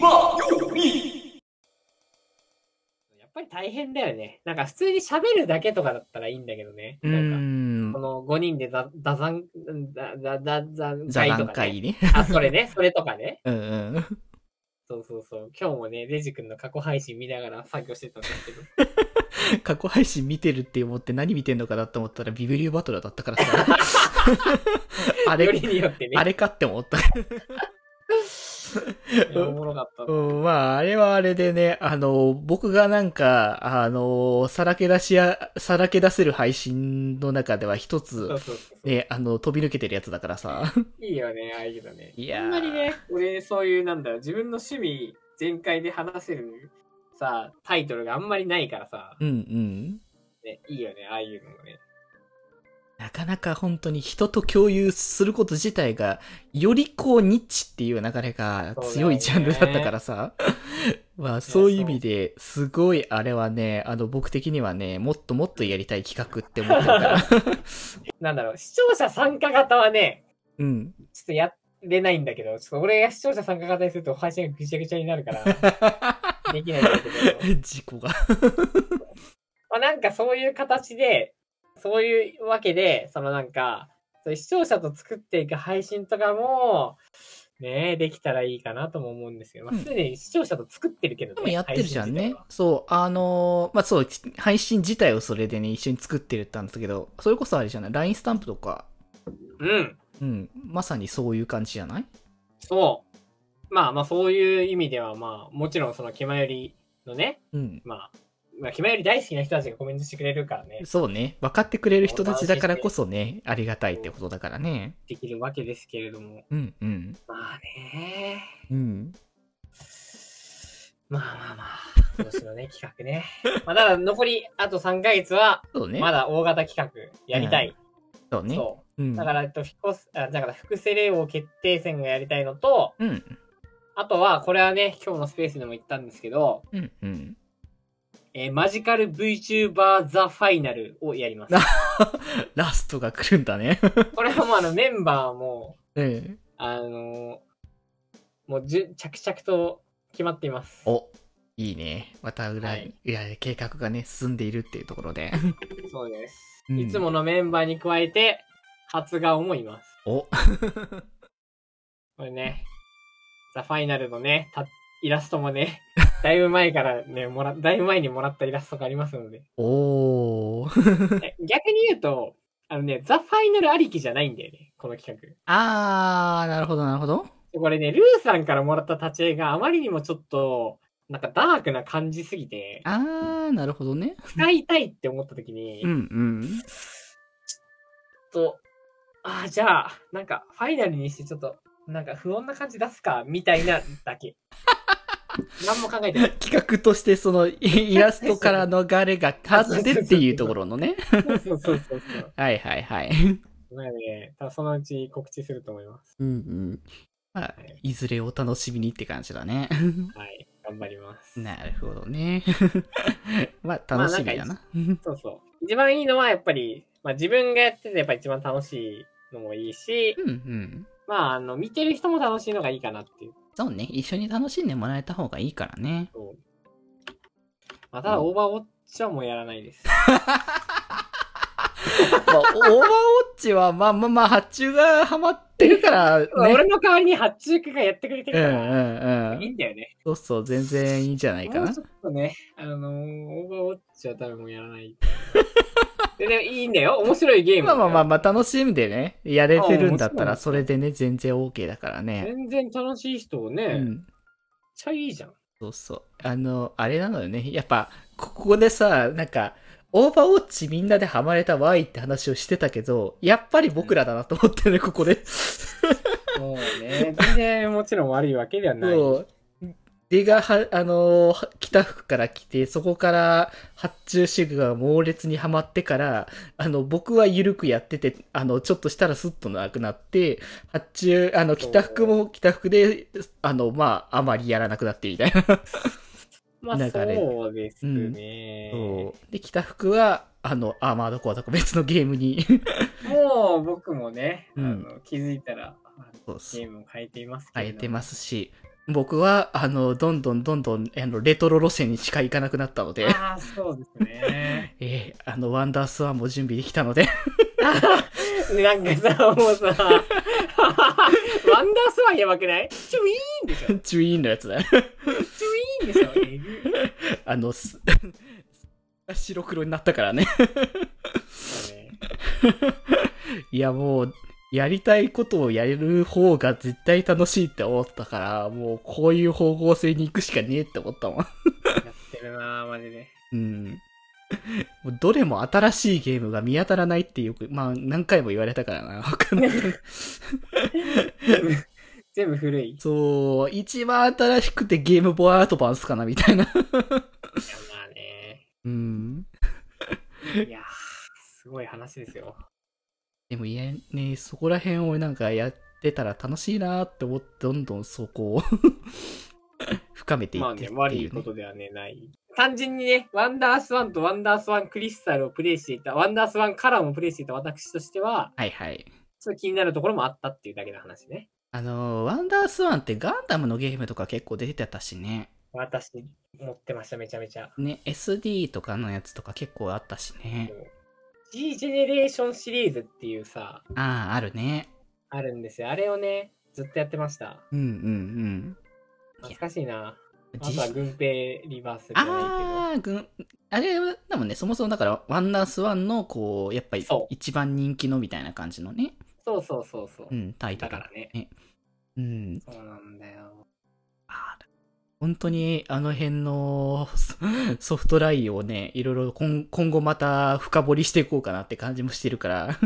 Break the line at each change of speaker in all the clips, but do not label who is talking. まより
やっぱり大変だよね。なんか普通に喋るだけとかだったらいいんだけどね。
う
なんか
ん
こ。の5人でだ、だざん、だ、だ、だ、だ、
座
会
談
とか、ね。
会ね。
あ、それね、それとかね。
うんうん。
そうそうそう。今日もね、レジ君の過去配信見ながら作業してたんですけど。
過去配信見てるって思って何見てんのかなと思ったらビブリューバトルだったから さ。あ
よ
れ
り、によってね。
あれかって思った。
いやおもろかったな。
うん、まあ、あれはあれでね、あの、僕がなんか、あの、さらけ出しや、さらけ出せる配信の中では
そ
一つ
う、そうそう。
ね、あの、飛び抜けてるやつだからさ。
いいよね、ああいうのね。
いやー
あんまりね、俺、そういう、なんだろう、自分の趣味全開で話せる、さ、タイトルがあんまりないからさ、
うんうん。
ね、いいよね、ああいうのもね。
なかなか本当に人と共有すること自体が、よりこうニッチっていう流れが強いジャンルだったか らさ。まあそういう意味で、すごいあれはね、あの僕的にはね、もっともっとやりたい企画って思ってる から。
なんだろう、視聴者参加型はね、
うん。
ちょっとやれないんだけど、ちょっと俺が視聴者参加型にすると配信がぐちゃぐちゃになるから、 できないんだけど。
事故が。
まあ、なんかそういう形で、そういうわけで、そのなんか、そういう視聴者と作っていく配信とかも、ねえ、できたらいいかなとも思うんですよ。まあ、
うん
すでに視聴者と作ってるけどね。
でもやってるじゃん
配信
ね
自体は。
そう、あのーまあ、そう、配信自体をそれでね、一緒に作ってるって言ったんですけど、それこそあれじゃない ?LINE スタンプとか、
うん、
うん、まさにそういう感じじゃない
そう。まあまあ、そういう意味では、まあ、もちろんその、気まよりのね、
うん。
まあ、まあ、気まより大好きな人たちがコメントしてくれるからね、
そうね。分かってくれる人たちだからこそね、ありがたいってことだからね。
できるわけですけれども。
うんうん。
まあね
うん。
まあまあまあ、今年のね、企画 ね。まあ、ただ残りあと3ヶ月は、
そうね。
まだ大型企画やりたい。
そうね。
そうう。
ん
だ。から、えっと、フィコス、あだから、複セレ王決定戦がやりたいのと、
うん。
あとは、これはね、今日のスペースでも言ったんですけど、
うん。うん。
えーマジカル VTuber ザファイナルをやり ます。
ラストが来るんだね。
これはもうあの、メンバーも、
うん。
あのーもうじゅ、着々と決まっています。
お、いいね。また裏、
はいい、
や、計画がね、進んでいるっていうところで。
そうです。
うん
いつものメンバーに加えて、初顔もいます。
お。
これね、ザ・ファイナルのね、たイラストも ね、だいぶ前からね、もら、だいぶ前にもらったイラストがありますので。
おー。
え逆に言うと、あのね、ザ・ファイナルありきじゃないんだよね、この企画。
あー、なるほど、なるほど。
これね、ルーさんからもらった立ち絵があまりにもちょっと、なんかダークな感じすぎて、
あー、なるほどね。
使いたいって思った時に、ち
う
ょっ
んうん。
と、ああ、じゃあ、なんか、ファイナルにしてちょっと、なんか不穏な感じ出すか、みたいなだ け。何も考えてない。
企画として、その、イイラストからの流れがあってっていうところのね。
そうそうそうそう。
はいはいはい。
なので、多分そのうち告知すると思います。
うんうん。まあ、いずれお楽しみにって感じだ ね。
はい。頑張ります。
なるほどね。 まあ、楽しみだな。
そうそう。一番いいのはやっぱり、まあ自分がやっててやっぱ一番楽しいのもいいし、
うんうん。
まああの、見てる人も楽しいのがいいかなっていう。
そうね。一緒に楽しんでもらえた方がいいからね。
そうまあただ、オーバーウォッチはもうやらないです。
まあ、オーバーウォッチは、まあまあまあ、発注がハマってるから ね。
俺の代わりに発注家がやってくれて
う
る
んう
から、
んう
いい
ん。
んだよね。
そうそう、全然いいんじゃないか
もう
な
ち。ょっとね、あのーオーバーウォッチは多分もうやらない。 ででもいいんだよ。面白いゲームだ
まあ
よ。
まあまあまあ、楽しんでね、やれてるんだった
あ
ら、
あ
それでね、全然 OK だからね。
全然楽しい人をね、
う
めっ
ん。
ちゃいい じゃん。
そうそう。あの、あれなのよね。やっぱ、ここでさ、なんか、オーバーウォッチみんなでハマれたわいって話をしてたけど、やっぱり僕らだなと思ってね、ここで。
もうね、全然もちろん悪いわけではない。
そう。出がは、あのー、北福から来て、そこから発注主義が猛烈にはまってから、あの、僕は緩くやってて、あの、ちょっとしたらスッとなくなって、発注、あの、北福も北福で、あの、まあ、あまりやらなくなってみたいな。
まあ
流れ
そうです
そ
ね。
う。で、北福は、あの、アーマードコアとか別のゲームに。
もう僕もね、
うん
あの気づいたらあの
そうそ
ゲ
う。
ームを変えていますけ
変
れ
え
ども
てますし、僕は、あの、どんどんどんどん、あの、レトロ路線にしか行かなくなったので、
ああ、そうですね。
えーあの、ワンダースワンも準備できたので、
なんかさ、もうさ、ワン ダースワンやばくないチュイーンでしょチュ
チュイーンのやつ
イ
だ。
ーンでしょえぐい
あの、す 白黒になったからね。
そうね
いや、もう、やりたいことをやれる方が絶対楽しいって思ったから、もう、こういう方向性に行くしかねえって思ったもん。
やってるなーマジで。
うん。 もうどれも新しいゲームが見当たらないってよく、まあ、何回も言われたからな。わか んない。
全部古い。い
そう、一番新しくてゲームボーイアドバンスかな、みたいな。
や、まあね。
うん。
いやー、すごい話ですよ。
でもいやね、そこら辺をなんかやってたら楽しいなーって思って、どんどんそこを 深めてい
まあ
って
ね
っ、
悪
てい、
いうこ
ね。
とではね、ない。単純にね、ワンダースワンとワンダースワンクリスタルをプレイしていた、ワンダースワンカラーもプレイしていた私としては、
はいはい。
ちょっと気になるところもあったっていうだけの話ね。
あのー、ワンダースワンってガンダムのゲームとか結構出てたしね。
私、持ってました、めちゃめちゃ。
ね、SD とかのやつとか結構あったしね。
G ジェネレーションシリーズっていうさ、
ああ、あるね。
あるんですよ。あれをね、ずっとやってました。
うんうん
懐かしいな。
うん。
あとは軍兵リバースじゃない
ああ、ぐん、あれは、でもね、そもそもだから、ワンダースワンの、こう、やっぱり
そう、
一番人気のみたいな感じのね、
けど。そうそうそうそう。
うん、タイト
だ
ル。
からね。
うん。
そうなんだよ。
あー本当に、あの辺のソフトラインをね、いろいろ今今後また深掘りしていこうかなって感じもして るから。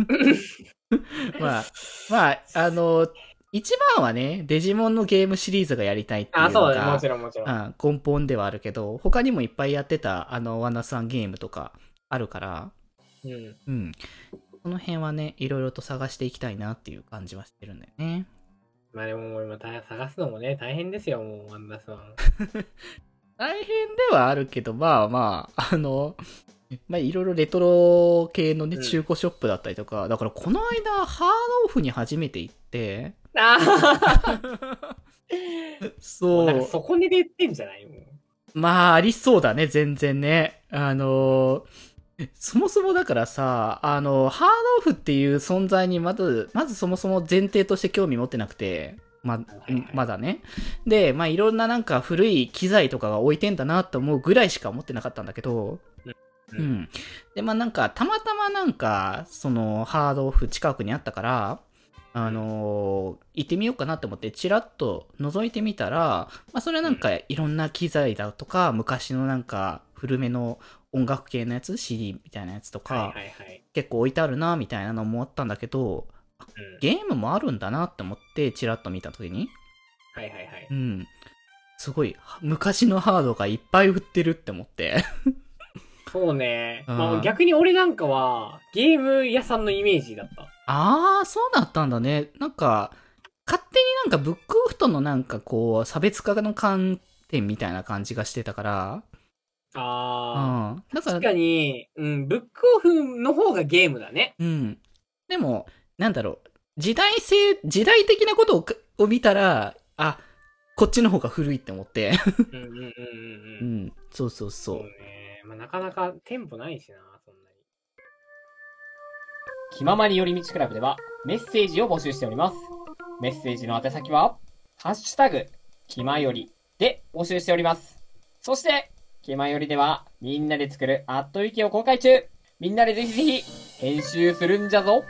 まあ、まあ、あの、一番はね、デジモンのゲームシリーズがやりたいっていうのが
あ、そうだね。もちろんもちろん。
うん、根本ではあるけど、他にもいっぱいやってた、あの、ワナさんゲームとかあるから、
うん。
うん。この辺はね、いろいろと探していきたいなっていう感じはしてるんだよね。
まあでももう今大探すのもね、大変ですよ、もう、ワンダースワン。
大変ではあるけど、まあまあ、あ の、まあいろいろレトロ系のね、
うん
中古ショップだったりとか、だからこの間、ハードオフに初めて行って、
ああなん
そ
か
う、
そこにで言ってんじゃないもう。
まあありそうだね、全然ね。あの、そもそもだからさ、あの、ハードオフっていう存在にまず、まずそもそも前提として興味持ってなくて、ま、
いはい
まだね。で、まあいろんななんか古い機材とかが置いてんだなと思うぐらいしか思ってなかったんだけど、う。ん。で、まあなんか、たまたまなんか、その、ハードオフ近くにあったから、あのー行ってみようかなと思って、ちらっと覗いてみたら、まあそれはなんか、いろんな機材だとか、昔のなんか、古めの音楽系のやつ、CD みたいなやつとか、
はいはいはい。
結構置いてあるな、みたいなのもあったんだけど、
うん
ゲームもあるんだなって思って、ちらっと見たときに、
はいはいはい。
うん。すごい、昔のハードがいっぱい売ってるって思って。
そうね。
うん
まあ逆に俺なんかは、ゲーム屋さんのイメージだった。
ああ、そうだったんだね。なんか、勝手になんかブックオフとのなんかこう、差別化の観点みたいな感じがしてたから。う
ああ。
ん。だか
確
ら、
かに、うん、ブックオフの方がゲームだね。
うん。でも、なんだろう。時代性、時代的なことをかを見たら、あ、こっちの方が古いって思って。
うんうんうんうんう
う
ん。
ん。そうそう
そう
そう。
ね。まあなかなか店舗ないしな、そんなに。気ままに寄り道クラブでは、メッセージを募集しております。メッセージの宛先は、ハッシュタグ、気まよりで募集しております。そして、気まよりでは、みんなで作るアットウィキを公開中みんなでぜひぜひ、編集するんじゃぞ